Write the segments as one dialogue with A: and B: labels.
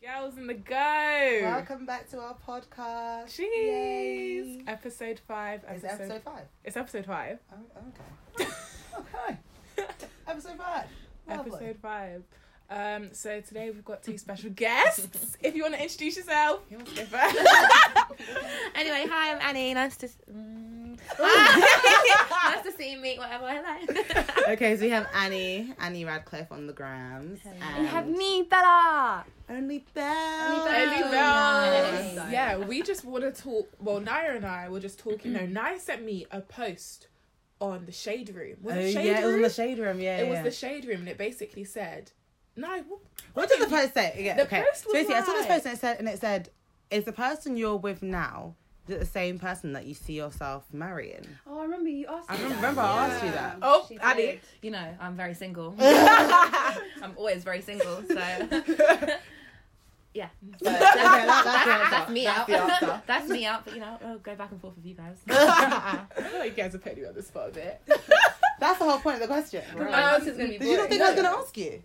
A: Girls in the go.
B: Welcome back to our podcast.
A: Jeez.
B: Yay.
A: Episode five.
B: Is it episode five?
A: It's episode five.
B: Oh, okay. okay. Episode five. Lovely.
A: Episode five. Um, so today we've got two special guests. if you want to introduce yourself, you want to go first.
C: Anyway, hi, I'm Annie. Nice to. s- Mm. Hi. nice to see you, meet whatever. Hello.
D: Okay, so we have Annie, Annie Radcliffe on the grams.
C: And you have me, Bella.
D: Only Belle.
C: Only Belle.
A: Early
C: Oh,
A: bells.
C: nice.
A: Yeah, we just want to talk. Well, Naira and I were just talking. No, Naira sent me a post on the shade room. Was
D: Oh,
A: it shade
D: yeah, it was
A: room?
D: in the shade room. Yeah,
A: It was
D: yeah.
A: the shade room, and it basically said, "No, what,
D: what did the post say? Yeah,
A: The
D: okay.
A: post was
D: so basically, I saw this
A: like-
D: post and it said, and it said, "Is the person you're with now is it the same person that you see yourself marrying?"
C: Oh, I remember you asked.
D: I
C: me
D: remember,
C: that.
D: I asked you that.
A: Oh,
C: She
A: Annie.
C: did. You know, I'm very single. I'm always very single, so. yeah.
D: Okay,
C: So that's,
D: that- that's the
C: that's-
D: answer.
C: that's me
D: That's
C: out.
D: the answer.
C: that's me out, but you know, I'll go back and forth with you guys.
A: I feel like you guys are petty on this for a bit."
D: That's the whole point of the question.
A: Um,
C: Right. This is gonna be
D: Did you not
C: boring.
D: think I was going to ask you?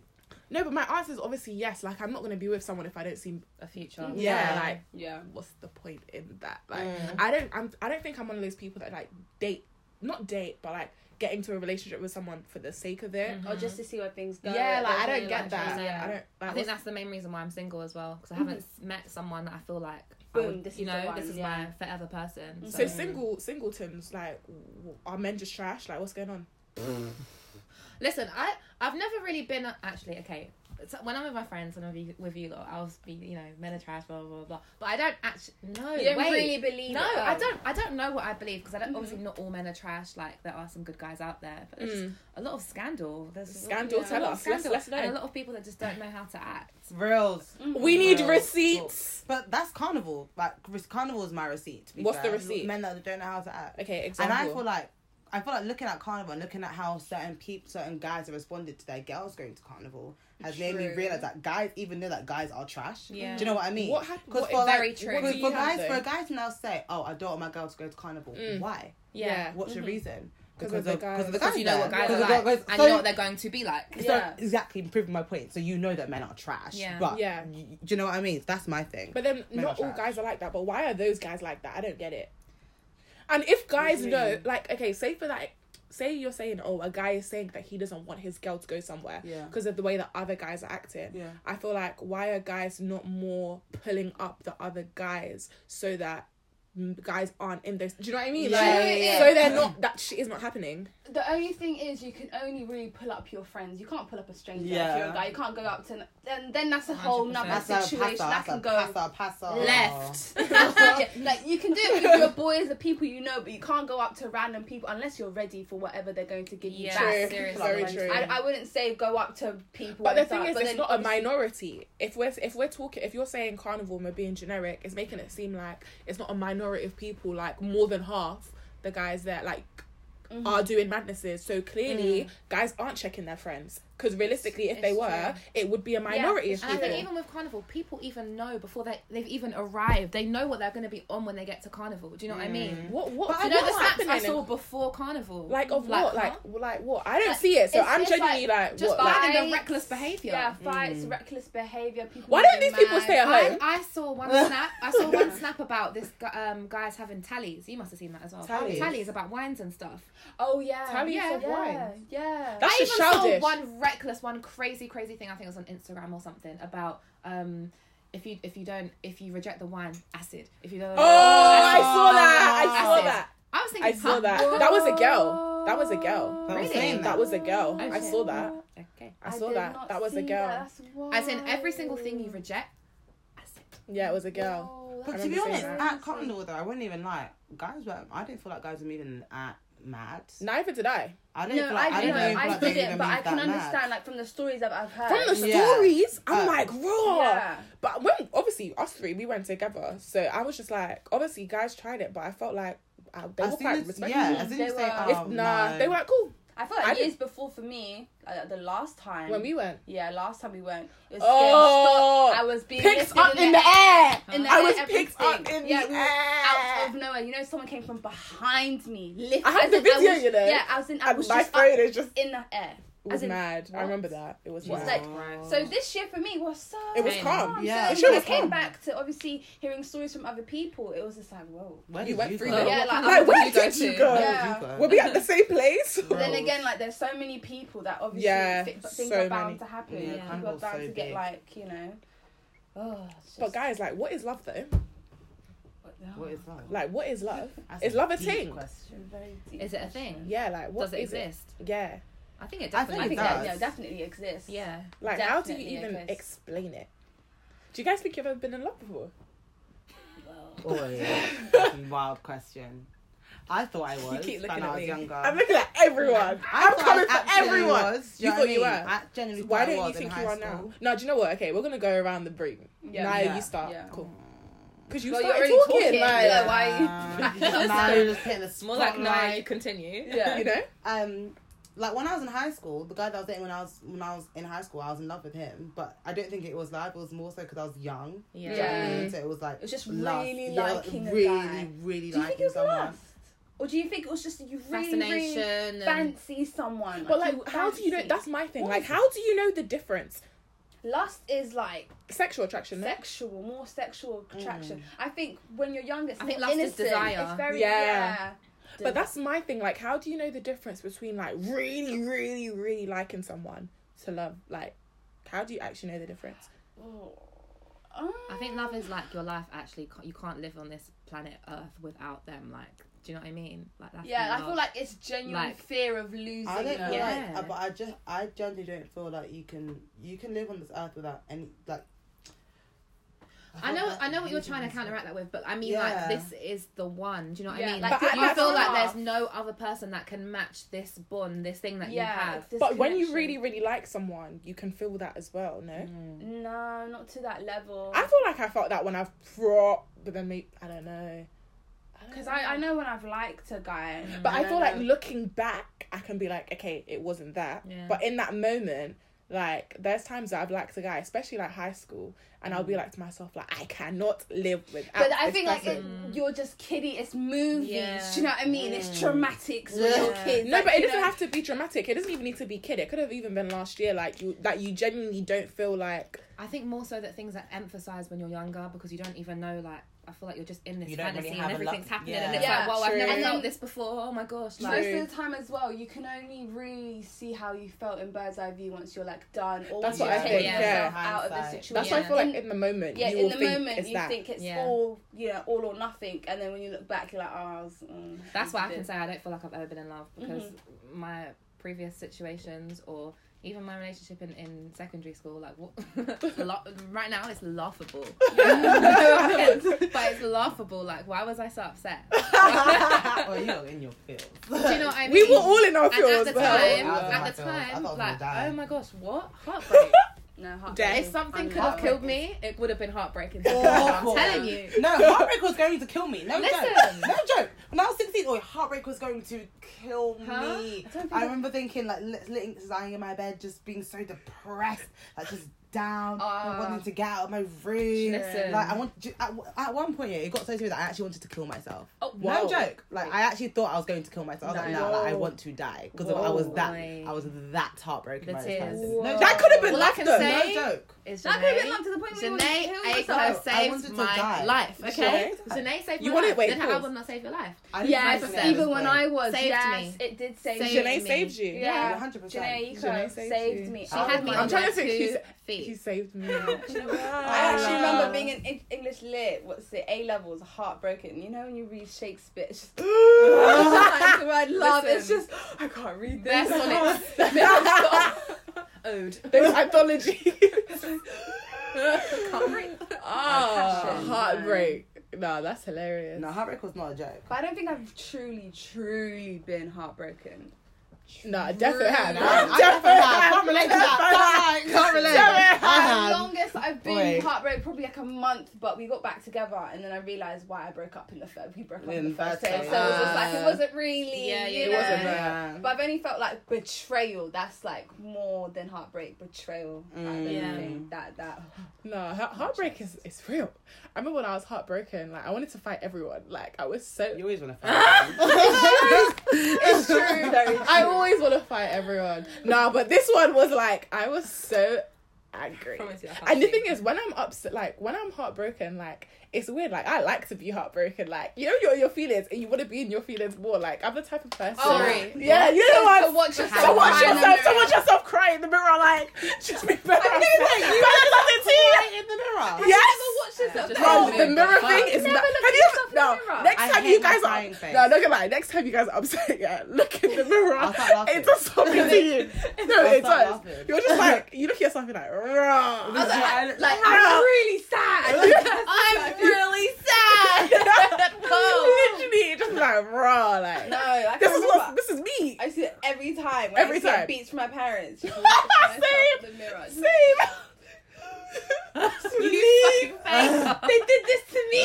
A: No, but my answer is obviously yes. Like, I'm not gonna be with someone if I don't see.
C: a future?
A: Yeah,
D: Yeah.
A: like,
E: Yeah.
A: what's the point in that? Like,
D: Mm.
A: I don't. I'm. I don't think I'm one of those people that like date, not date, but like get into a relationship with someone for the sake of it.
D: Mm-hmm.
E: Or Oh, just to see where things go.
A: Yeah, like I
E: There's
A: don't
E: no,
A: get
E: like,
A: that.
C: Yeah.
A: I don't. Like,
C: I
A: what's-
C: think that's the main reason why I'm single as well because I haven't s met someone that I feel like I
E: Boom,
C: would-
E: this
C: you
E: is
C: know
E: the one,
C: Mm-hmm. this is
E: yeah.
C: my forever person.
A: So
C: So,
A: single singletons like w- are men just trash? Like what's going on?
C: listen, I I've never really been a- actually okay. So when I'm with my friends and I'm with you, with you lot, I'll be you know men are trash blah blah blah. blah. But I don't actually no
E: You don't
C: wait.
E: really believe
C: no,
E: it, though.
C: I don't. I don't know what I believe because I don't. Obviously, not all men are trash. Like there are some good guys out there, but there's
A: Mm.
C: a lot of scandal. There's a lot-
A: Scandal,
C: yeah, a
A: tell
C: lot of
A: us. Let's-
C: scandal,
A: let's know.
C: and a lot of people that just don't know how to act.
D: Reels.
A: We need
D: Mm, Well,
A: receipts.
D: But that's carnival. Like re- carnival is my receipt. to be
A: What's the
D: fair.
A: receipt?
D: Men that don't know how to act.
A: Okay,
D: And
A: example.
D: I feel like I feel like looking at carnival and looking at how certain people, certain guys have responded to their girls going to carnival has made me
E: True.
D: realize that guys even know that guys are trash.
C: Yeah.
D: Do you know what I mean?
A: what happened?
D: 'Cause
A: what-
D: for,
C: Mm. very
D: like,
C: true.
D: for,
A: what do
D: for
A: you have,
D: guys, for
A: though?
D: a guy to now say, "Oh, I don't want my girl to go to carnival."
A: Mm.
D: Why?
A: yeah.
D: What's your
E: Mhm.
D: reason?
A: 'Cause of the guys.
D: because of the
A: Because
D: guys.
C: You know what
D: there.
C: guys
D: Because
C: are
D: of the
C: like,
D: guys-
C: and
D: so-
C: you know what they're going to be like.
D: so
E: Yeah.
D: exactly proving my point. So you know that men are trash.
C: Yeah.
D: But
A: Yeah.
D: y- do you know what I mean? That's my thing.
A: But then
D: Men
A: not
D: are
A: all
D: trash.
A: guys are like that. But why are those guys like that? I don't get it. And if guys know, like, okay, say for that, say you're saying, oh, a guy is saying that he doesn't want his girl to go somewhere
D: yeah.
A: because of the way that other guys are acting.
D: Yeah.
A: I feel like why are guys not more pulling up the other guys so that mm, guys aren't in those? Do you know what I mean?
D: Yeah,
A: like,
D: yeah, yeah.
A: so they're not. That shit is not happening.
E: The only thing is, you can only really pull up your friends. You can't pull up a stranger if you're
D: Yeah.
E: a guy. You can't go up to. Then, then that's a whole
C: 100%.
E: nother
D: That's a passer.
E: situation. That
D: That's
E: can
D: a
E: go
D: passer. Passer.
C: Left.
E: Yeah, like you can do it with your boys, the people you know, but you can't go up to random people unless you're ready for whatever they're going to give you
C: Yeah,
E: back.
C: seriously.
A: Very
D: Like,
A: true.
E: I, I wouldn't say go up to people.
A: But the
E: and
A: thing
E: start-
A: is,
E: but
A: it's
E: then
A: not a
E: obviously-
A: minority. If we're if we're talking, if you're saying carnival and we're being generic, it's making it seem like it's not a minority of people. Like more than half the guys there, like.
C: Mm-hmm.
A: Are doing madnesses, so clearly guys aren't checking their friends. Because realistically, if
C: Mm. It's
A: they were, it would be a minority
E: it's
A: of
C: And I
A: people.
C: think even with carnival, people even know before they they've even arrived. They know what they're going to be on when they get to carnival. Do you know what I mean?
A: What what
D: But
C: Do
D: I
C: you know
A: what's
C: the stats
A: happening?
C: I
A: in-
C: saw before carnival?
A: Like of what?
C: huh?
A: Like like what? I don't
E: Like,
A: see it, so
E: it's-
A: I'm
E: it's
A: genuinely like,
C: just
A: what? Like,
C: finding the
E: Fights.
C: reckless behavior.
E: Yeah, fights, reckless behavior. People
A: Why don't
E: getting
A: these people
E: mad.
A: stay at
C: I,
A: home?
C: I saw one snap. I saw one snap about this gu- um guys having tallies. You must have seen that as well.
D: Tallies?
C: about wines and stuff.
E: Oh yeah,
A: Tallies
E: yeah,
A: of
E: yeah,
A: wines.
E: yeah.
A: That's
C: I
A: just
C: even
A: childish.
C: saw one reckless, one crazy, crazy thing. I think it was on Instagram or something about um if you if you don't if you reject the wine, acid. If you don't.
A: Oh, I saw that. I
C: Acid.
A: saw that.
C: I was thinking.
A: I saw
C: huh?
A: that. That was a girl. That was a girl.
D: That was
C: Really?
D: saying
A: That was a girl.
C: Oh,
A: I
C: shit.
A: saw that.
C: Okay.
A: I saw
E: did
A: that.
E: not
A: That was a
E: see
A: girl.
E: that,
C: As
E: that's
C: in every single
E: why.
C: thing you reject, acid.
A: Yeah, it was a girl.
E: Whoa,
D: But
A: I
E: that's
D: to be
A: remember
D: honest,
A: saying
E: that.
D: at Cottonwood though, I wouldn't even lie. Guys were. I didn't feel like guys were moving that mad.
A: Neither did I.
D: I didn't
E: No,
D: feel like,
E: I didn't.
D: didn't even feel
E: I
D: like they
E: didn't,
D: even
E: but I
D: moved
E: can
D: that mad.
E: understand, like from the stories that I've heard.
A: From the
D: Yeah.
A: stories, I'm
D: Uh,
A: like raw.
E: Uh, Yeah.
A: But when obviously us three, we went together, so I was just like, obviously guys tried it, but I felt like uh, they
D: As
A: were
D: soon
A: quite
D: as-
A: respectful.
D: Yeah, as soon
E: They
D: as
E: were-
D: they
A: If-
D: oh,
A: nah,
D: no.
A: they weren't cool
E: I felt
A: I
E: like
A: didn't-
E: years before for me, like the last time
A: when we went.
E: Yeah, last time we went, it was
A: Oh.
E: oh, I was being
A: Picked
E: lifted
A: up in the air.
E: In the
A: I
E: air,
A: was
E: everything.
A: picked up in
E: yeah,
A: the
E: we were
A: air.
E: out of nowhere. You know, someone came from behind me. Lift,
A: I had
E: as
A: the
E: in,
A: video,
E: was,
A: you know,
E: Yeah, I was in. I
A: And
E: was
A: my
E: just
A: phone
E: up
A: is just
E: in the air.
A: It was
E: in,
A: mad. I
E: what?
A: remember that. It was
C: She's
A: mad.
E: like- So this year for me was so.
A: It was calm.
B: Yeah.
E: So
A: It sure
E: when I
A: was
E: came
A: calm.
E: back to obviously hearing stories from other people. It was just like whoa.
D: Where
A: You went through
D: go?
A: that.
E: Yeah, like,
A: Like,
E: I'm
A: where
C: you go
A: did you
C: to?
A: go?
E: Yeah.
A: Were we at the same place?
E: But then
D: Gross.
E: again, like there's so many people that obviously
A: Yeah,
E: thi- things
A: so
E: are bound
A: many.
E: to happen.
C: Yeah,
E: and people are
D: Campbell's
E: bound
D: so
E: to get
D: big.
E: like you know. Oh, it's just,
A: But guys, like, what is love though?
D: What is that?
A: Like, what is love?
D: That's
A: Is love a
D: deep
A: thing?
D: question.
C: Is it a thing?
A: Yeah, like, what
C: Does it
A: is
C: exist?
A: Yeah,
C: I think it
D: I
C: definitely.
D: think
E: I
D: it
E: think
D: does.
E: that yeah, definitely exists.
C: Yeah.
A: like, how do you
E: Definitely
A: even
E: exists.
A: explain it? Do you guys think you've ever been in love before?
D: Oh, yeah. Fucking wild question. I thought I was
A: you keep
D: when
A: looking
D: I
A: at
D: was
A: me.
D: younger.
A: I'm looking at everyone.
D: I
A: I'm
D: thought
A: coming
D: I
A: for
D: absolutely
A: everyone.
D: Was, do
A: You
D: know
A: thought
D: what I
A: you
D: mean?
A: were.
D: I generally
A: Why
D: thought I
A: don't you
D: was in
A: think
D: high
A: you are now?
D: school.
A: No, do you know what? Okay, we're gonna go around the room.
E: Yeah.
A: Naya,
D: Yeah.
A: you start.
E: Yeah. Mm.
A: Cool.
D: Hmm.
A: Because you
E: Well, you're
A: started
E: already
A: talking,
E: talking,
A: like,
E: yeah, why-
D: Nah, you just- nah, you're just hitting the
C: More like no, you
D: spotlight.
C: continue.
E: Yeah.
A: you know.
D: um like when I was in high school, the guy that I was dating when I was when I was in high school, I was in love with him. But I don't think it was love. It was more so because I was young. Do you
C: Yeah.
D: know what I
E: Yeah.
D: mean? So it was like
E: It was just
D: lust.
E: really
D: Yeah,
E: liking a
D: really,
E: guy.
D: really
E: Do you think it
D: liking
E: was
D: someone.
E: lust, or do you think it was just that you really, really
C: Fascination. and
E: fancy someone?
A: But like,
E: you
A: how do you know?
E: fancy-
A: That's my thing.
E: What
A: Like,
E: is
A: how do you know the difference?
E: lust is like
A: Sexual attraction. no?
E: sexual, more sexual
A: Mm.
E: attraction. I think when you're younger, it's
C: I think
E: more
C: lust is
E: innocent.
C: desire.
E: It's very
A: Yeah.
E: yeah.
A: But that's my thing. Like, how do you know the difference between like really, really, really liking someone to love? Like, how do you actually know the difference?
C: I think love is like your life. Actually, Ca- you can't live on this planet Earth without them. Like, do you know what I mean? Like that's
E: Yeah, I
C: love.
E: feel like it's genuine
C: Like-
E: fear of losing.
D: I don't
E: them.
D: feel
C: Yeah.
D: like, uh, but I just, I generally don't feel like you can, you can live on this earth without any, like.
C: I know,
D: feel
C: I know
D: like
C: what you're
D: you
C: trying to
D: can-
C: counteract that with, but I mean,
D: Yeah.
C: like, this is the one. Do you know what
E: Yeah,
C: I mean?
E: like,
C: Like,
A: But
C: you
A: I-
C: feel
A: I-
C: like
E: enough.
C: there's no other person that can match this bond, this thing that
E: yeah,
C: you have.
E: like this
A: but when you
E: connection.
A: really, really like someone, you can feel that as well. No,
E: no, not to that level.
A: I feel like I felt that when I pro, but then maybe I don't know. don't
E: Because I, I know when I've liked a guy,
A: But I
E: and
A: feel
E: know-
A: like looking back, I can be like, okay, it wasn't that.
C: Yeah.
A: But in that moment, like there's times that I've liked a guy, especially like high school, and I'll be like to myself, like I cannot live without.
E: Mm. But I
A: this
E: think like it,
A: person.
E: you're just kiddie. It's movies.
C: Yeah.
E: Do you know what I mean? It's traumatic for
D: Yeah.
E: little kids.
A: no,
E: like,
A: but it
E: you
A: doesn't
E: know-
A: have to be dramatic. It doesn't even need to be kid. It could have even been last year. Like you, like you genuinely don't feel like
C: I think more so that things are emphasized when you're younger because you don't even know. Like, I feel like you're just in this
D: You don't
C: fantasy
D: really have
C: and
D: a
C: everything's
D: love-
C: happening,
D: yeah.
C: and it's
E: Yeah,
C: like, wow,
A: true.
C: I've never
E: And
C: felt
E: then-
C: this before. Oh my gosh!
A: True.
C: Like,
E: Most of the time as well, you can only really see how you felt in bird's eye view once you're like done, or
A: That's
E: once you
A: what I
E: take
A: think,
E: yourself
A: yeah.
E: out of the
D: Hindsight.
E: situation.
A: that's why I feel
E: In-
A: like in the moment.
E: yeah,
A: you
E: in
A: will
E: the
A: think
E: moment
A: it's
E: you
A: that.
E: think it's
C: Yeah.
E: all you know, all or nothing, and then when you look back, you're like, oh, I was, mm,
C: That's why I can
E: did.
C: say I don't feel like I've ever been in love
A: Mm-hmm.
C: because my previous situations or even my relationship in, in secondary school, like what, la- right now it's laughable. but it's laughable. Like, why was I so upset? Do
D: Oh, you're in your feels.
C: you know what I mean?
A: we were all in our
C: and at
A: feels.
C: the
A: bro.
C: time,
D: I was in my
C: at the
D: feels. I thought I
C: time,
D: was
C: like,
D: gonna die.
C: oh my gosh, what heartbreak?
E: No, heartbreak
A: Day.
E: is
C: if something could have
E: unbearable.
C: killed me, it would have been heartbreaking.
D: Awful.
C: I'm telling you.
D: No, heartbreak was going to kill me. No
C: Listen.
D: joke. No joke. When I was 16, oh, heartbreak was going to kill
C: Huh?
D: me.
E: I don't think
D: I
E: I-
D: remember thinking, like, li- li- lying in my bed, just being so depressed, like, just down,
E: Ah.
D: not wanting to get out of my room.
C: Listen.
D: Like, I want ju- at, at one point, yeah, it got so serious that I actually wanted to kill myself.
E: Oh,
D: No joke. Like, I actually thought I was going to kill myself. I was
E: No.
D: like, no, like, I want to die because I was that,
C: Whoa.
D: I was that heartbroken.
C: The
D: by this
C: tears.
D: person.
E: Whoa.
D: No,
A: That could have been
C: All I
A: love,
C: can
A: though.
C: say-
D: No joke.
C: Is
E: That could have been
C: Janae-
E: love to the point where you wanted
C: Janae
E: to kill
C: Aiko
E: yourself.
D: I
C: has saved
D: wanted to
C: my
D: die.
C: life, okay?
A: Janae?
C: Janae saved
A: You
C: my
A: wanted-
C: life.
A: wait,
C: then how
A: pause.
C: would not save your life?
D: I didn't realize
E: Yes,
D: it
C: Janae
D: at this
E: even when
D: point.
E: I was,
C: Saved
E: yes,
C: me.
E: it did save,
C: Saved
E: me.
A: Janae
C: me.
A: saved you.
E: Yeah,
D: Yeah, 100%.
E: Janae, Iko
A: Janae
E: saved,
A: saved you.
E: me.
C: She
D: Oh
C: had me
D: my
C: on
D: I'm
A: trying
C: her
A: to think
C: two
A: she's- He
C: feet.
A: saved me.
E: I actually
A: Ah.
E: remember being in Eng- English lit. What's it? A levels, heartbroken. You know when you read Shakespeare, it's just sometimes when I love. It's
C: Listen.
E: just I can't read this.
C: Best on
A: "Oh,
C: ode.
A: There's anthology.
C: Can't breathe.
A: Ah,
E: Passion.
A: heartbreak. Nah, that's hilarious.
D: No, heartbreak was not a joke.
E: But I don't think I've truly, truly been heartbroken.
A: Nah, definitely have.
D: No, I
A: Definitely
D: definitely have.
A: have.
D: Can't relate to that. Fuck, Can't relate.
A: Definitely
D: I
E: The
D: have.
E: longest I've been
D: Wait.
E: heartbroken probably like a month, but we got back together and then I realised why I broke up in the first. We broke up in,
D: In
E: the
D: first
E: first day, so
D: place.
E: it was just like it
C: Ah.
E: wasn't really.
C: Yeah, yeah,
E: you
C: it
E: know?
A: wasn't that.
D: Yeah.
E: But I've only felt like betrayal. That's like more than heartbreak. Betrayal. I don't
C: Mm.
E: think that that.
A: No, he- heartbreak is, is real. I remember when I was heartbroken, like I wanted to fight everyone. Like I was so
D: You always want to fight.
E: It's true.
A: I always want to fight everyone. Nah, but this one was like I was so angry.
C: Promise you, I can't
A: And the
C: speak.
A: thing is, when I'm upset, like when I'm heartbroken, like it's weird. Like I like to be heartbroken. Like you know, you're in your feelings, and you want to be in your feelings more. Like I'm the type of person.
E: Oh,
C: Sorry.
A: yeah, you know what?
E: To watch yourself.
A: So watch
E: cry in the
A: yourself. So
E: mirror.
A: watch yourself cry in the mirror. Like just be better.
D: I know that you
A: Better love it too.
D: Right in the mirror.
A: Yes.
E: Watch yourself.
C: Just
A: Bro,
C: Oh,
A: the
C: no,
A: mirror
C: but-
A: thing is
C: Never
A: not.
C: look
A: Have
C: at
A: you
C: yourself in
A: no?
C: the mirror.
A: Next
D: I
A: time
D: hate
A: you
D: my
A: guys are
D: crying face.
A: no, look at that. Next time you guys are upset, yeah, look in the mirror.
D: I'll start laughing.
A: It does something to you. No,
D: I'll
A: it
D: start
A: does.
D: laughing.
A: You're just like you look at yourself. You're like,
E: I was
A: "Rah."
E: like, like,
A: Rah.
E: I'm really sad. I'm really sad. no.
A: literally just like raw. Like
E: No, I
A: this
E: can't
A: is
E: remember.
A: what this is me.
E: I used to do it every time. When
A: Every
E: I used to get
A: time.
E: beats from my parents. Same.
A: Same.
E: The mirror.
A: Same.
C: You
A: you,
C: fucking
E: They did this to me.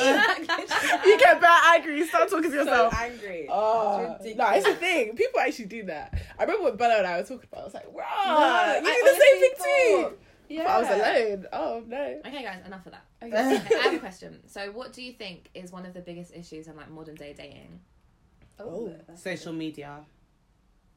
A: you get bad angry. You start talking to
E: so
A: yourself.
E: angry.
A: Oh,
E: It's
A: no, it's the
E: ridiculous.
A: thing. People actually do that. I remember when Bella and I were talking about. it, I was like,
E: No,
A: "Wow, you
E: I
A: did the same thing
E: honestly
A: too."
E: thought- Yeah.
A: But I was alone. Oh no.
C: Okay, guys, enough of that.
E: Okay.
A: Oh.
C: Okay, I have a question. So, what do you think is one of the biggest issues in like modern day dating?
A: Oh.
E: that's
D: Social media.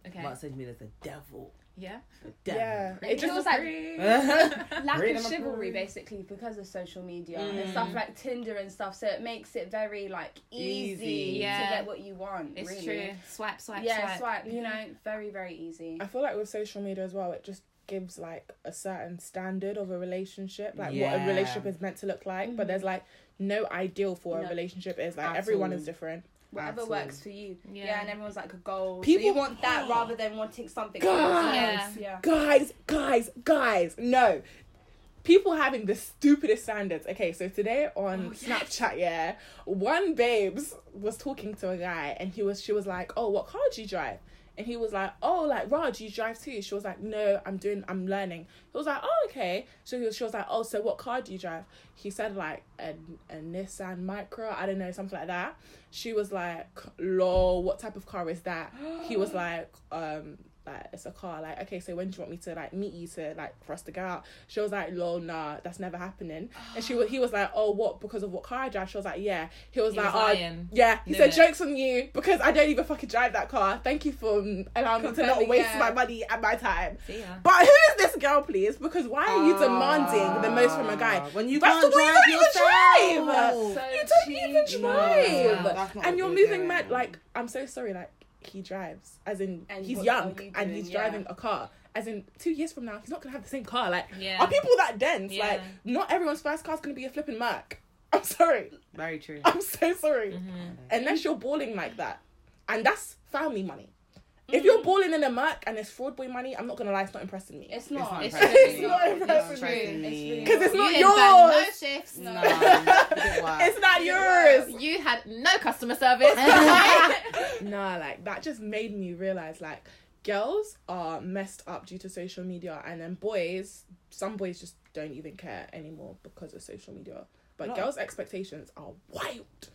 C: Okay.
D: Well, social media is the devil.
C: Yeah.
D: The devil.
A: Yeah.
E: It just
C: feels
E: was
C: like-
E: lack
D: Read
E: of
D: them
E: chivalry
D: approved.
E: basically because of social media
D: Mm.
E: and stuff like Tinder and stuff. So it makes it very like easy,
D: Easy.
C: Yeah.
E: to get what you want.
C: It's
E: really.
C: true. Swipe, swipe,
E: yeah,
C: swipe.
E: swipe. You know, very very easy.
A: I feel like with social media as well, it just gives like a certain standard of a relationship, like what
D: Yeah.
A: a relationship is meant to look like. But
E: Mhm.
A: there's like no ideal for what
E: No.
A: a relationship is. Like
D: At
A: everyone
D: all.
A: is different.
E: Whatever
D: Absolutely.
E: works for you.
C: Yeah.
E: Yeah. and everyone's like a goal. so
A: People-
E: you want that rather than wanting something.
A: God.
E: else. Yeah.
A: Guys, guys, guys, no. People having the stupidest standards. Okay, so today
E: Oh,
A: on Snapchat, yeah, one babes was talking to a guy and he was she was like, Oh, what car do you drive? And he was like, Oh, like Raj, you drive too? She was like, No, I'm doing I'm learning. He was like, Oh, okay. So he was, she was like, Oh, so what car do you drive? He said like a, a Nissan Micra, I don't know, something like that. She was like, Lol, what type of car is that? he was like, um, like it's a car, like, okay, so when do you want me to like meet you to like for us to go out? She was like, Lol, nah, that's never happening. And she was he was like, Oh, what, because of what car I drive? She was like, Yeah. He was
C: He
A: like,
C: was
A: "Oh,
C: lying.
A: yeah, he
C: Knew
A: said
C: it.
A: jokes on you because I don't even fucking drive that car. Thank you for um, allowing me to not
E: Confirming,
A: waste
E: yeah.
A: my money and my time.
C: See ya.
A: But who is this girl, please? Because why are you demanding the most from a
D: Ah,
A: guy?
D: When you
A: That's
D: can't
A: the way
D: drive
A: you don't even
D: yourself.
E: So
A: You don't even
E: cheap.
A: drive,
D: that's
C: No,
D: not
A: and
D: what
A: you're
D: they're
A: moving
D: doing.
A: mad. Like I'm so sorry. Like he drives, as in
E: And
A: he's
E: what
A: young
E: are you
A: and
E: doing?
A: he's
E: Yeah.
A: driving a car. As in two years from now, he's not gonna have the same car. Like
C: Yeah.
A: are people that dense?
C: Yeah.
A: Like not everyone's first car's gonna be a flipping Merc. I'm sorry.
D: Very true.
A: I'm so sorry
C: Mhm.
A: unless you're balling like that, and that's family money. If you're balling in a Merc and it's fraud boy money, I'm not gonna lie, it's not impressing me.
E: It's not.
D: It's
E: It's,
D: not
A: impressive. It's
E: not.
A: not
E: It's true.
D: impressive.
E: It's
A: Because
E: really
A: it's
C: You
A: not
C: didn't burn
A: yours.
C: No shifts.
D: No,
E: No.
D: it works.
A: It's not yours.
C: You had no customer service.
A: nah, like that just made me realize like girls are messed up due to social media, and then boys, some boys just don't even care anymore because of social media. But
D: Not-
A: girls' expectations are wild.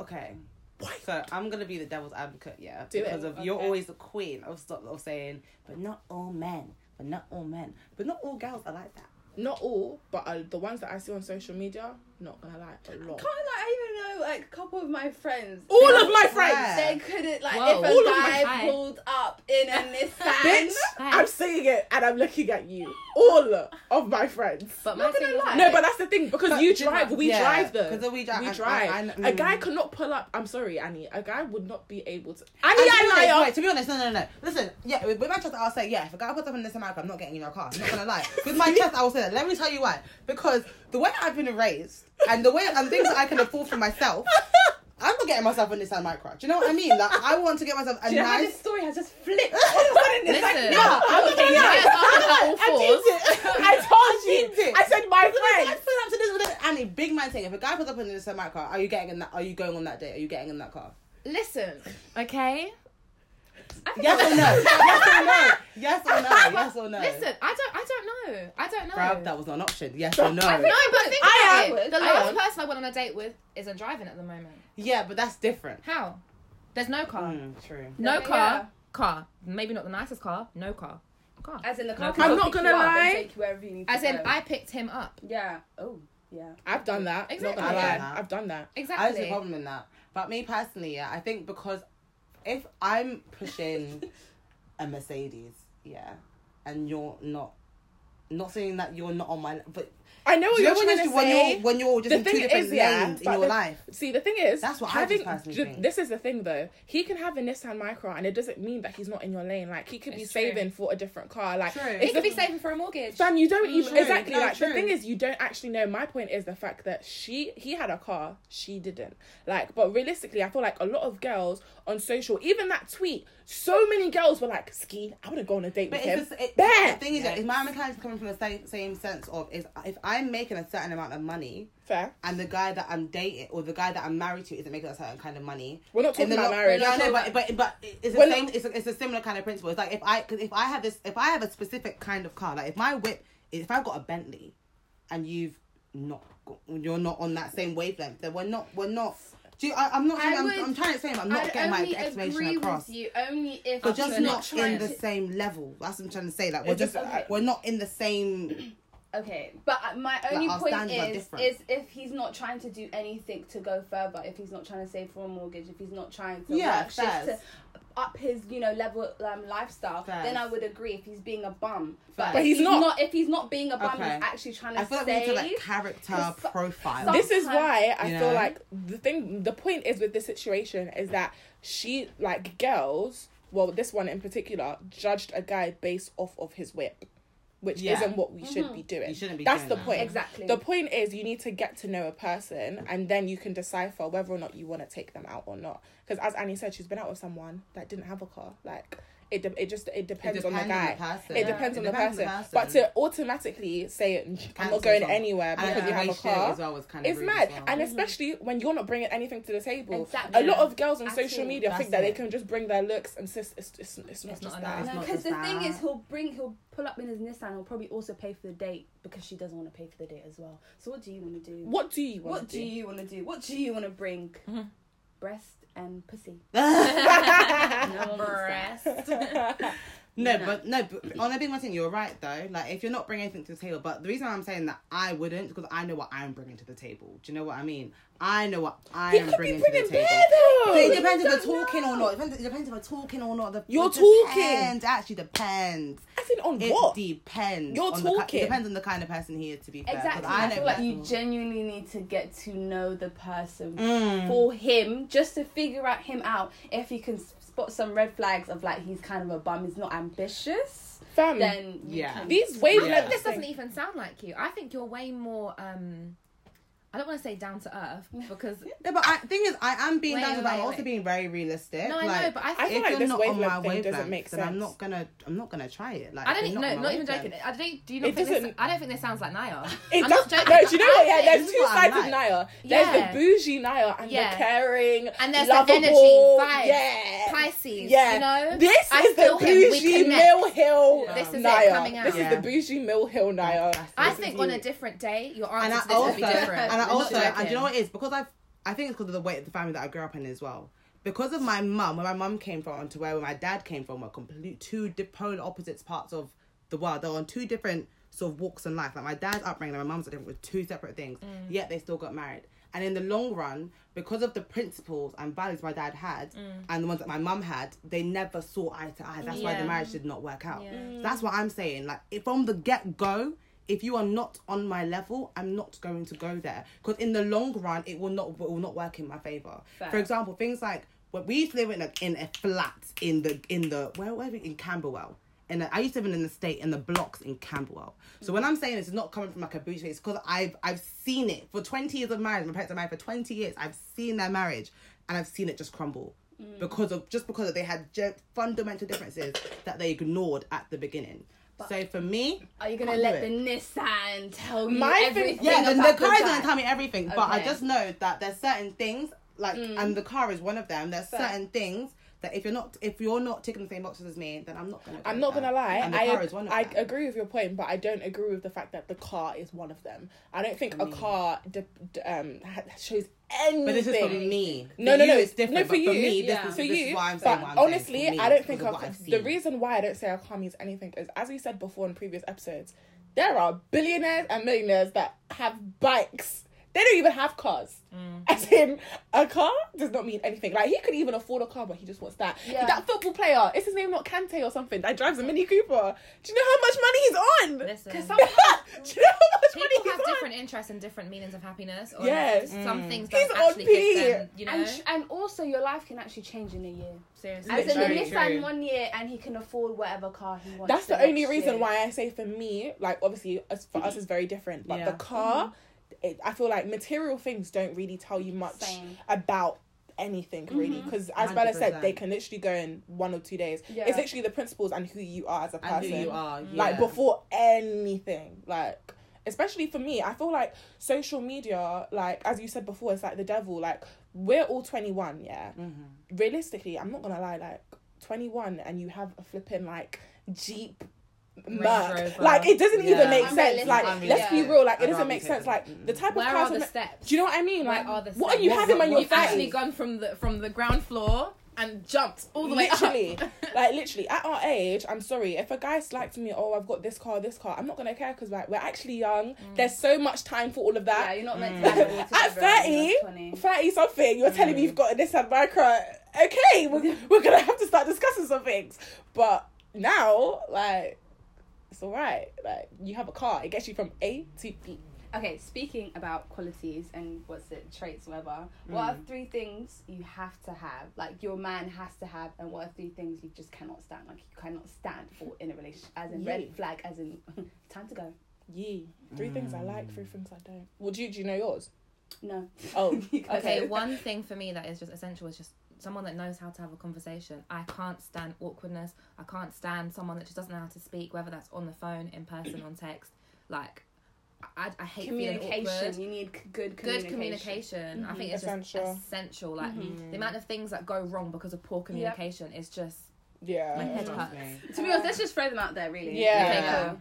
D: okay.
A: Wild.
D: So I'm gonna be the devil's advocate, yeah,
A: Do it.
D: because of you're
E: Okay.
D: always the queen of stop of saying, but not all men, but not all men, but not all girls are like that.
A: Not all, but uh, the ones that I see on social media, not gonna lie, a lot.
E: Kind of like I even know like a couple of my friends.
A: All of my friends.
D: Yeah.
E: They couldn't like
C: Whoa.
E: if a
A: All of
C: my
E: guy
C: friends.
E: pulled up in a Nissan.
A: Bitch, I'm saying it and I'm looking at you. All of my friends.
C: But my
E: Not gonna
C: thing is,
E: lie.
A: No, but that's the thing because
D: But
A: you
D: do you
A: drive,
D: know-
A: we
D: yeah,
A: drive though.
D: 'cause we drive-
A: We
D: I-
A: drive.
D: I- I-
A: A
D: mm.
A: guy could not pull up. I'm sorry, Annie. A guy would not be able to.
D: And
A: Annie,
D: to be
A: I
D: honest,
A: liar.
D: wait, to be honest, no, no, no. Listen, yeah, with, with my chest, I'll say, yeah, if a guy puts up in this America, I'm not getting in your car. I'm not gonna lie. With my chest, I will say that. Let me tell you why. Because the way I've been raised and the way and things that I can afford for myself, I'm not getting myself in this Micra. Do you know what I mean? Like, I want to get myself a
E: Do you know how
D: nice.
E: this story has just flipped all of a sudden? It's like,
C: Listen.
E: no,
D: I'm not gonna
C: you
D: lie.
C: get us on all
D: I
C: fours.
D: did it.
A: I told
D: I did
A: you.
D: it.
A: I said my
D: I
A: friend.
D: feel up to this with it. Annie, big man thing. If a guy puts up in this Micra, are you getting in that? Are you going on that date? Are you getting in that car?
C: listen, okay?
D: Yes or no? Yes or no? Yes or no? Yes or no?
C: Listen, I don't, I don't know. I don't know.
D: Bruv, that was not an option. Yes or
C: I- no,
D: no?
C: but think
A: I
C: about
E: am.
C: it. The
E: I
C: last
E: am.
C: person I went on a date with isn't driving at the moment.
D: Yeah, but that's different.
C: How? There's no car.
A: Mm.
D: true.
C: No
E: Yeah.
C: car. Car. Maybe not the nicest car. No car. Car.
E: As in the car.
C: No,
E: can
A: I'm not
E: pick you
A: gonna
E: up and
A: lie.
E: Take you wherever you need to
C: As in,
E: go.
C: I picked him up.
E: Yeah. Oh. Yeah.
A: I've done that.
C: Exactly.
A: Not gonna
D: I've done
A: lie.
D: that.
A: I've done that.
D: I see
C: Exactly.
D: a problem in that. But me personally, yeah, I think because if I'm pushing a Mercedes, yeah, and you're not, not saying that you're not on my, but
A: I know what
D: Do you
A: you're
D: know when,
A: trying
D: you-
A: to
D: when
A: say.
D: you're when you're just
A: The
D: in two
A: thing
D: different
A: is, yeah,
D: lanes in
A: but
D: your
A: the-
D: life?
A: See, the thing is,
D: That's what I
A: having
D: just personally
A: ju-
D: think.
A: this is the thing though. He can have an Nissan Micra, and it doesn't mean that he's not in your lane. Like he could be
C: It's true.
A: saving for a different car. Like
D: True.
A: it's
C: He could
A: the-
C: be saving for a mortgage.
A: Fam, you don't even
D: True.
A: exactly
D: No,
A: like
D: true.
A: the thing is you don't actually know. My point is the fact that she he had a car, she didn't. Like, but realistically, I feel like a lot of girls on social, even that tweet, so many girls were like, "Ski, I wouldn't go on a date
D: But
A: with him."
D: it's just, it,
A: Bad.
D: the thing is, that if my mechanic is coming from the same, same sense of is if I'm making a certain amount of money
A: Fair.
D: and the guy that I'm dating or the guy that I'm married to isn't making a certain kind of money.
A: We're not talking
D: In the
A: about
D: lo-
A: marriage.
D: No, no, but but but it's the
A: We're
D: same. It's a, it's a similar kind of principle. It's like if I 'cause if I have this if I have a specific kind of car, like if my whip if I've got a Bentley, and you've not got, you're not on that same wavelength, then we're not we're not. Do you, I, I'm not.
E: I
D: I'm,
E: would-
D: I'm trying to explain. but I'm not
E: I'd
D: getting my
E: only agree
D: explanation across.
E: with you only if
D: But just
E: you're
D: not
E: trying
D: in the
E: to-
D: same level. That's what I'm trying to say. Like we're
A: It's
D: just
A: just- uh, okay.
D: we're not in the same.
E: Okay, but uh, my only
D: our
E: point
D: standards are
E: is
D: different.
E: is if he's not trying to do anything to go further, if he's not trying to save for a mortgage, if he's not trying to
D: Yeah,
E: work shifts
D: fairs.
E: to up his you know level um, lifestyle,
D: Fairs.
E: then I would agree if he's being a bum. But,
D: Fairs.
A: But
E: if
A: he's not.
E: If he's not being a bum,
D: Okay.
E: he's actually trying to
D: I feel like we need
E: save.
D: to like character
E: so-
D: profile.
E: some-
A: this is why I
D: You know?
A: feel like the thing, the point is with this situation is that she, like girls, well, this one in particular, judged a guy based off of his whip, which
D: Yeah.
A: isn't what we should be doing.
D: You shouldn't be
A: That's
D: doing
A: the
D: that.
A: point.
E: Exactly.
A: The point is you need to get to know a person, and then you can decipher whether or not you want to take them out or not. Because as Annie said, she's been out with someone that didn't have a car. Like it, de- it just it depends, on the guy.
D: person.
A: It depends on the
D: depends
A: person. But to automatically say I'm
D: Cancel
A: not going
D: someone.
A: anywhere
D: And
A: because
D: the
A: you have a
D: ratio
A: car.
D: as well was kind of
A: It's
D: rude as
A: mad,
D: well.
A: and especially when you're not bringing anything to the table.
E: Exactly.
A: A lot of girls on
E: Actually,
A: social media
D: that's
A: think that they
D: it.
A: can just bring their looks and sis. It's, it's, it's not
C: It's
A: just
C: not
A: that.
D: It's
E: No,
D: not
E: because
D: just
E: the thing
D: that.
E: is, he'll bring, he'll pull up in his Nissan. He'll probably also pay for the date because she doesn't want to pay for the date as well. So what do you want to do?
A: What do you want
E: What
A: to
E: do you want to do? What do you want to bring? Breast and pussy. No one wants that.
C: Breast.
D: No, but no, but on a big thing, you're right though. Like, if you're not bringing anything to the table, but the reason I'm saying that I wouldn't because I know what I'm bringing to the table. Do you know what I mean? I know what I
A: He
D: am
A: could
D: bringing,
A: be bringing
D: to the table.
A: beer though.
D: But it depends if we're talking or not. It depends, it depends if we're talking or not. The,
A: You're
D: it
A: talking.
D: Depends. It Actually, depends.
A: As in on
D: It
A: what?
D: depends.
A: You're
D: on the ki-
A: talking.
D: it depends on the kind of person he is. To be fair, 'cause
E: Exactly.
D: I,
E: I,
D: know
E: feel like
D: that-
E: you genuinely need to get to know the person
D: Mm.
E: for him, just to figure out him out. If you can spot some red flags of like he's kind of a bum, he's not ambitious,
A: Fam,
E: then you
D: Yeah.
E: can-
A: Hmm. these
C: I
A: wavelengths.
C: feel
D: Yeah.
C: like this doesn't even sound like you. I think you're way more. um I don't want to say down to earth because
D: No, but I thing is, I am being
C: Wait,
D: down to that. I'm
C: wait,
D: also
C: wait.
D: being very realistic.
C: no, I
D: like,
C: know, but I
A: I
C: think
A: feel
D: if
A: like
D: you're
A: this
D: not on my
A: wavelength thing
D: wavelength,
A: doesn't make
D: then
A: sense.
D: I'm not gonna, I'm not gonna try it. Like,
C: I
D: if
C: don't e-,
D: you're
C: no,
D: on my
C: not even
D: wavelength-
C: joking. I don't. Do you not
A: It
C: think this?
A: doesn't-
C: I don't think this sounds like Naya.
A: It
C: I'm
A: does,
C: not joking.
A: No, do you know what? Yeah,
C: I
A: there's
D: think-
A: two
D: That's what I
A: sides of
D: like.
A: Naya.
C: Yeah.
A: There's the bougie Naya and
C: Yeah.
A: the caring,
C: And there's the
A: lovable,
C: energy, vibes,
A: yeah,
C: Pisces.
A: Yeah.
C: You know.
A: This
C: I
A: is the
C: feel him, we
A: bougie
C: connect.
A: Mill Hill
D: Yeah.
C: This is it
A: Naya.
C: coming out.
A: This
D: Yeah.
A: is the bougie Mill Hill Naya.
D: That's it.
C: I
A: This
C: think
A: is
C: on
A: you.
C: a different day, your
D: And
C: answer
D: I
C: to this
D: also,
C: would be
D: and
C: different.
D: I
C: We're not
D: also, and do you know
C: joking.
D: what it is? Because I've, I think it's because of the way the family that I grew up in as well. Because of my mum, where my mum came from, and to where my dad came from, were complete two di- polar opposites parts of the world. They're on two different sort of walks in life. Like my dad's upbringing and my mum's upbringing were two separate things.
C: Mm.
D: Yet they still got married. And in the long run, because of the principles and values my dad had
C: Mm.
D: and the ones that my mum had, they never saw eye to eye. That's why the
C: Yeah.
D: marriage did not work out.
C: Yeah.
D: So that's what I'm saying. Like if from the get go, if you are not on my level, I'm not going to go there. Because in the long run, it will not it will not work in my favor.
E: Fair.
D: For example, things like when we used to live in a, in a flat in the in the where were we in Camberwell. And I used to live in an estate in the blocks in Camberwell. So when I'm saying this, it's not coming from like a bougie face because I've I've seen it for 20 years of marriage. My parents are married for 20 years. I've seen their marriage, and I've seen it just crumble
A: Mm.
D: because of just because they had ge- fundamental differences that they ignored at the beginning. so for me,
E: Are you gonna
D: Can't
E: let the
D: do
E: Nissan tell you
A: My thing-
E: everything?
D: yeah, the, the
E: about
D: car
E: guy?
D: doesn't tell me everything, but I
E: Okay.
D: just know that there's certain things like,
A: Mm.
D: and the car is one of them. There's certain things. That if you're not if you're not ticking the same boxes as me, then I'm not gonna. go
A: I'm
D: with
A: not
D: that.
A: gonna lie.
D: And the
A: I
D: car
A: ag-
D: is one of
A: I
D: them.
A: agree with your point, but I don't agree with the fact that the car is one of them. I don't think a car de- d um ha- shows anything.
D: But this is for me.
A: No,
D: For
A: no,
D: you,
A: no.
D: It's different.
A: No, for
D: but
A: you,
D: for me, this,
E: yeah.
D: is,
A: for
D: this
A: you.
D: is why I'm saying.
A: but
D: what I'm saying.
A: honestly, I
D: For me, it's
A: don't
D: because
A: think
D: of
A: our,
D: what I've
A: the
D: seen.
A: reason why I don't say our car means anything is, as we said before in previous episodes, there are billionaires and millionaires that have bikes. They don't even have cars.
D: Mm.
A: As him, a car does not mean anything. Like he could even afford a car, but he just wants that.
E: Yeah.
A: That football player, is his name not Kante or something? That drives a Mini Cooper. Do you know how much money he's on?
C: Listen.
A: Do you know how much money
C: People
A: he's
C: have
A: on?
C: different interests and different meanings of happiness. Or
A: Yes.
C: like,
E: Mm.
C: some things
A: He's
C: don't
A: on
C: actually hit
A: P.
C: them, you know?
E: And, sh- and also, your life can actually change in a year.
C: Seriously.
E: As in,
A: Literally.
E: he lives on one year and he can afford whatever car he wants.
A: That's the
E: next
A: only reason
E: year.
A: why I say for me, like obviously as for us it's very different. But
D: Yeah.
A: the
D: Mm-hmm.
A: car, it, I feel like material things don't really tell you much
E: Same.
A: about anything really.
D: Mm-hmm.
A: Because as Bella said, they
D: 100%.
A: can literally go in one or two days.
E: Yeah.
A: It's literally the principles and who you are as a
D: and
A: person.
D: who you are. Oh, Yeah.
A: Like before anything, like especially for me, I feel like social media, like as you said before, it's like the devil. Like we're all twenty one, yeah
D: Mhm.
C: Mm-hmm.
A: realistically, I'm not gonna lie, like 21 and you have a flipping like Jeep
C: Range
A: Merc,
C: Rover.
A: like it doesn't even
D: Yeah.
A: make sense.
E: Unrealistic.
A: Like, let's be
C: Yeah.
A: real, like it
D: I'd
A: doesn't
D: rather
A: make
D: take
A: sense.
D: it.
A: Like the type of
C: Where
A: cars.
C: are the
A: on the-
C: steps?
A: do you know what I mean?
C: Where
A: Like,
C: are the steps?
A: what are you having when you're
C: You've
A: 30?
C: actually gone from the from the ground floor and jumped all the way
A: literally,
C: up.
A: like literally, at our age, I'm sorry if a guy slacked me. Oh, I've got this car, this car. I'm not gonna care because like we're actually young. There's so much time for all of
E: Mm. Yeah,
A: that.
E: you're not meant to have it all
A: Mm. At
E: together when you're Mm.
A: 30,
E: 20.
A: Thirty something, you're telling me you've got this and micro. Okay, we're, we're gonna have to start discussing some things. But now, like, it's all right. Like, you have a car, it gets you from A to B.
E: Okay, speaking about qualities and what's it, traits, whatever, what are
A: Mm.
E: three things you have to have, like your man has to have, and what are three things you just cannot stand, like you cannot stand for in a relationship, as in
A: Yeah.
E: red flag, as in time to go?
A: Yee. Three things I like, three things I don't. Well, do you, do you know yours?
E: No.
A: Oh,
E: You guys-
C: Okay, one thing for me that is just essential is just someone that knows how to have a conversation. I can't stand awkwardness. I can't stand someone that just doesn't know how to speak, whether that's on the phone, in person, on text. Like, I, I hate feeling awkward.
E: communication. You need c- good
C: Good
E: communication.
C: communication. I think it's
A: Mm-hmm. Essential.
C: just essential. Like
A: Mm-hmm.
E: Mm-hmm.
C: the amount of things that go wrong because of poor communication is just my
A: yeah.
C: head hurts.
E: To be honest, let's just throw them out there, really.
A: Yeah.
E: Okay, cool.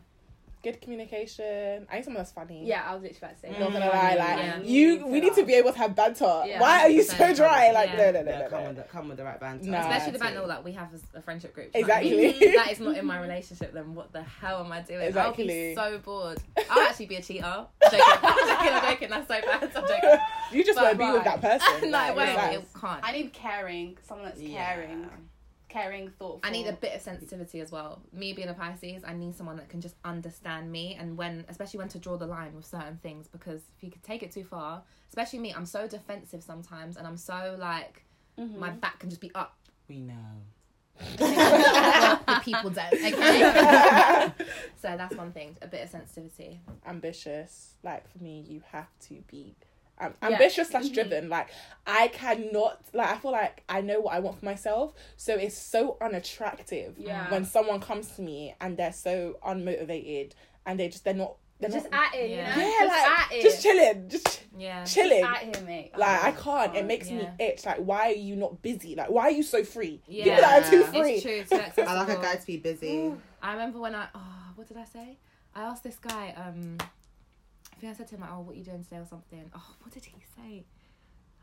A: Good communication. I need someone that's funny.
E: Yeah, I was literally about to say.
A: Not gonna lie, like
C: Yeah.
A: you, we need to be able to have banter.
E: Yeah.
A: Why are you so dry? Like
C: Yeah.
A: no, no,
D: No,
A: no,
D: come
A: no,
D: with
A: no.
D: the, come with the right banter.
A: Nah.
C: Especially the
A: That's
C: banter that we have as a friendship group. Do you know what I mean?
A: Exactly.
C: that is not in my relationship, then what the hell am I doing?
A: Exactly.
C: I'll be so bored. I'll actually be a cheater. I'm joking. I'm joking. I'm joking. That's so bad. I'm joking.
A: You just
C: But
A: want to be with
E: right.
A: that person.
C: no, it
A: like,
C: won't.
A: relax.
C: It can't.
E: I need caring, someone that's
D: Yeah.
E: caring, caring, thoughtful.
C: I need a bit of sensitivity as well. Me being a Pisces, I need someone that can just understand me and when, especially when to draw the line with certain things because if you could take it too far, especially me, I'm so defensive sometimes and I'm so like, my
A: Mm-hmm.
C: back can just be up.
D: We know.
C: the people don't, okay? so that's one thing, a bit of sensitivity.
A: ambitious. Like for me, you have to be um,
E: Yeah.
A: ambitious slash driven. Like I cannot. Like I feel like I know what I want for myself, so it's so unattractive
E: Yeah.
A: when someone comes to me and they're so unmotivated and they just they're not. They're
E: Just
A: not,
E: at it,
C: Yeah.
E: you know?
A: yeah,
E: just
A: like
E: at it.
A: just chilling, just
C: Yeah.
A: ch- chilling.
E: Just at it, mate.
A: like I
E: Oh,
A: can't. It
E: God.
A: makes me
C: yeah.
A: itch. Like why are you not busy? Like why are you so free?
C: Yeah.
A: People that are too
D: It's
A: free.
C: It's true. It's too accessible.
D: I like a guy to be busy.
C: I remember when I oh, what did I say? I asked this guy. Um, I think I said to him like, "Oh, what are you doing today?" or something. Oh, what did he say?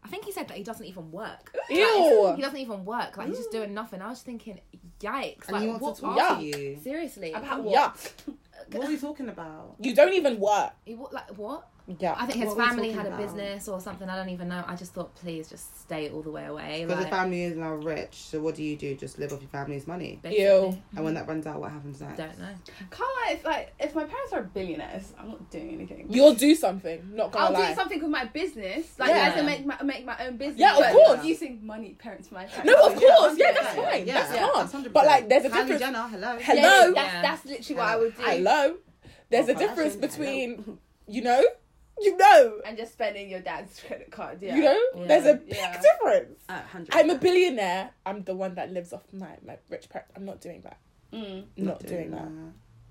C: I think he said that he doesn't even work. Like,
A: Ew.
C: he doesn't even work. Like he's just doing nothing. I was thinking, yikes!
D: And
C: like
D: he wants
C: what?
D: to talk
A: yeah.
D: to you.
C: Seriously,
E: About what?
A: Yuck.
D: What are we talking about?
A: You don't even work.
C: He wa- like what?
A: Yeah.
C: I think his
D: What are we
C: family
D: talking
C: had a
D: about?
C: business or something. I don't even know. I just thought, please, just stay all the way away.
D: Because
C: Like,
D: the family is now rich, so what do you do? Just live off your family's money.
C: basically.
A: Ew.
D: And when that runs out, what happens next?
C: Don't know.
E: Can't lie, it's like if my parents are billionaires, I'm not doing anything.
A: You'll do something. Not gonna
E: I'll
A: lie.
E: do something with my business, like
A: Yeah.
E: as in make my make my own business.
A: Yeah, of
E: but
A: course.
E: Using money, parents, my parents.
A: No, of
E: Yeah,
A: course. Yeah,
E: yeah,
A: that's
E: yeah,
A: fine.
D: Yeah,
A: that's
D: yeah,
A: fine.
D: that's 100%.
A: But like, there's a
D: Kylie
A: difference.
D: Jenner, hello.
A: Hello.
E: That's, that's literally what I would do.
A: Hello. There's a
D: Oh,
A: difference
D: that's really
A: between, you know, you know,
E: And just spending your dad's credit card. Yeah.
A: you know. There's a big
E: Yeah.
A: difference.
D: Uh, 100%.
A: I'm a billionaire. I'm the one that lives off my my rich parents. I'm not doing that.
E: Mm.
A: Not, doing that.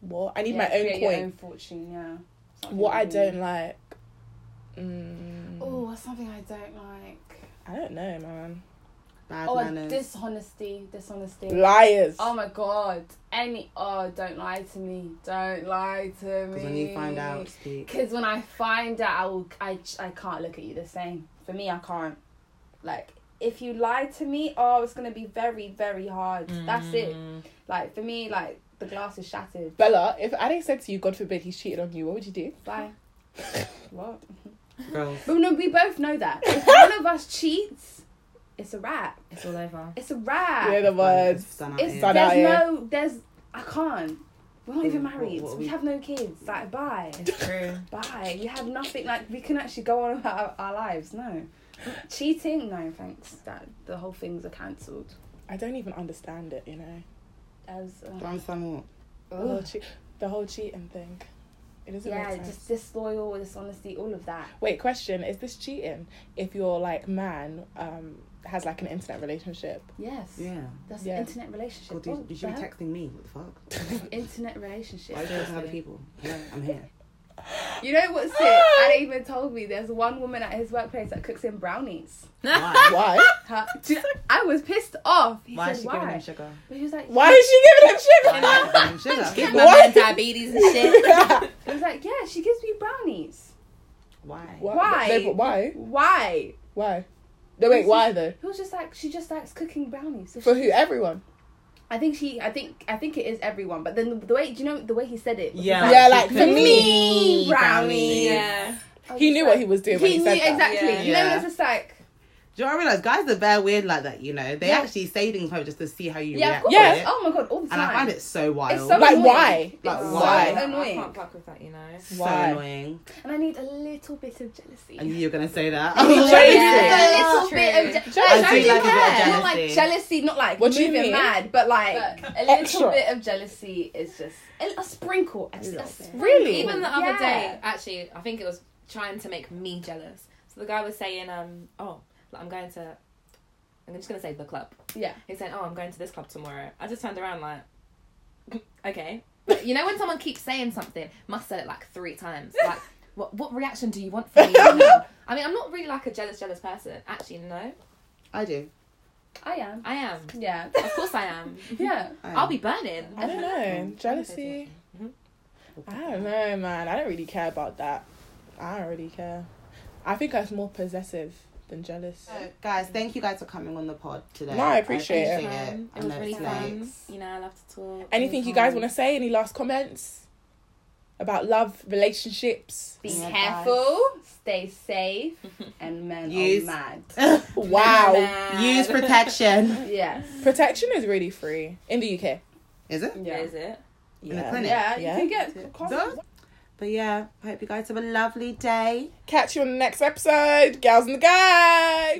A: What? I need
E: Yeah,
A: my own
E: create your
A: coin.
E: own fortune. Yeah. Something
A: What I
E: you-
A: don't like. Mm,
E: Oh, what's something I don't like?
A: I don't know, man.
D: Bad
E: Oh,
D: manners.
E: dishonesty. Dishonesty.
A: Liars.
E: Oh my god. Any oh don't lie to me. Don't lie to me.
D: Because when you find out, speak.
E: Because when I find out, I will. I, I can't look at you the same. For me, I can't. Like, if you lie to me, oh, it's gonna be very, very hard. That's it.
A: Mm.
E: Like for me, like the glass is shattered.
A: Bella, if Ade said to you, God forbid, he's cheated on you, what would you do?
E: Bye. what?
D: Girls.
E: But no, we both know that. If one of us cheats, it's a wrap.
C: It's all over.
E: It's a wrap.
A: Yeah, the words.
D: Stand out
E: it's,
D: here.
A: Side
E: there's
A: out here.
E: no there's I can't. We're not even
D: Mm, what-
E: married.
D: what are
E: we
D: we-
E: have no kids. Like bye.
C: It's true.
E: Bye. You have nothing like we can actually go on about our, our lives. No. Cheating? No, thanks. That the whole things are cancelled.
A: I don't even understand it, you know.
E: As uh,
D: Don't understand what.
A: The whole, che- the whole cheating thing. It doesn't
E: yeah,
A: make sense.
E: just disloyal, dishonesty, all of that.
A: Wait, question: Is this cheating if your like man um has like an internet relationship?
E: Yes.
D: Yeah.
E: That's
A: Yeah. Oh,
E: an internet relationship.
D: God, you,
E: What
D: you should be
E: the hell?
D: texting me. What the fuck?
E: internet
D: Why are you
E: relationship.
D: talking to other people? Yeah, I'm here.
E: You know what's it? Adam even told me there's one woman at his workplace that cooks him brownies.
D: Why?
A: Why?
E: Her, do you know- I was pissed off. He
D: Why is
E: said,
D: she
E: why?
D: giving him sugar?
E: But he was like,
A: Why is she giving him sugar?
D: Why is she giving him sugar?
C: Give my
A: What?
C: man diabetes and shit.
E: He was like, yeah, she gives me brownies.
D: Why?
E: Why?
A: No, but why?
E: Why?
A: Why? No, wait. Why though?
E: He was just like, she just likes cooking brownies. So
A: For
E: she-
A: who? Everyone.
E: I think she, I think, I think it is everyone. But then the, the way, do you know the way he said it? was
D: Yeah.
E: just
A: Yeah, like for
D: Me.
A: me.
D: brownies.
C: yeah.
E: I was
A: He
E: just
A: knew
E: like-
A: what he was doing when he
E: knew
A: said that.
E: exactly.
C: Yeah.
E: You know,
D: Yeah.
E: it's just like,
D: Do you know what I realize? Guys are very weird like that, you know? They
E: Yeah.
D: actually say things probably just to see how you
E: yeah, of
D: react.
E: course.
D: to
A: Yeah.
D: it.
E: Oh my god, all the time.
D: And I find it so wild.
E: It's so
A: Like,
E: annoying.
A: why?
E: It's
D: Like,
E: so
D: why?
C: I
E: annoying.
C: can't fuck with that, you know.
D: so
A: Why?
D: annoying.
E: And I need a little bit of jealousy.
D: And you're going to say that.
A: I mean,
D: Oh,
A: jealousy.
D: yeah.
E: a little
C: True.
E: bit of je-
A: I
E: like,
A: do
E: don't
D: like a bit of
E: care. Not like
D: jealousy.
E: jealousy, not like
A: What do you
E: moving
A: mean?
E: mad, but like
A: But
E: a little
A: extra.
E: bit of jealousy is just a, a sprinkle. A,
D: little
E: a
D: bit.
E: sprinkle.
A: Really?
C: Even the other
E: Yeah.
C: day, actually, I think it was trying to make me jealous. So the guy was saying, um, oh, like, I'm going to, I'm just gonna say the club.
E: Yeah.
C: He's saying, oh, I'm going to this club tomorrow. I just turned around like, okay. But you know when someone keeps saying something, must said it like three times. Like, what what reaction do you want from me? now? I mean, I'm not really like a jealous jealous person. Actually, no,
D: I do.
E: I am.
C: I am.
E: Yeah.
C: Of course, I am.
E: Yeah.
D: I
C: I'll
D: am.
C: be burning.
A: I don't know. Mm-hmm. Jealousy. Mm-hmm. I don't know, man. I don't really care about that. I don't really care. I think I was more possessive than jealous.
D: So, guys, thank you guys for coming on the pod today.
A: No, I appreciate it.
C: Um,
D: I
C: It was
D: know
C: really
D: it's
C: fun.
D: late.
C: You know, I love to talk.
A: Anything you guys want to
D: Mm-hmm.
A: say? Any last comments about love, relationships?
E: Be
D: Yeah,
E: careful. Stay safe. And men
D: Use-
E: are mad.
A: Wow.
D: Use protection.
E: Yes.
A: Protection is really free in the UK.
D: Is it?
E: Yeah.
C: Is it?
D: In the clinic.
E: Yeah. You
A: Yeah.
E: can get.
D: Don't- But yeah, I hope you guys have a lovely day.
A: Catch you on the next episode, gals and the guys.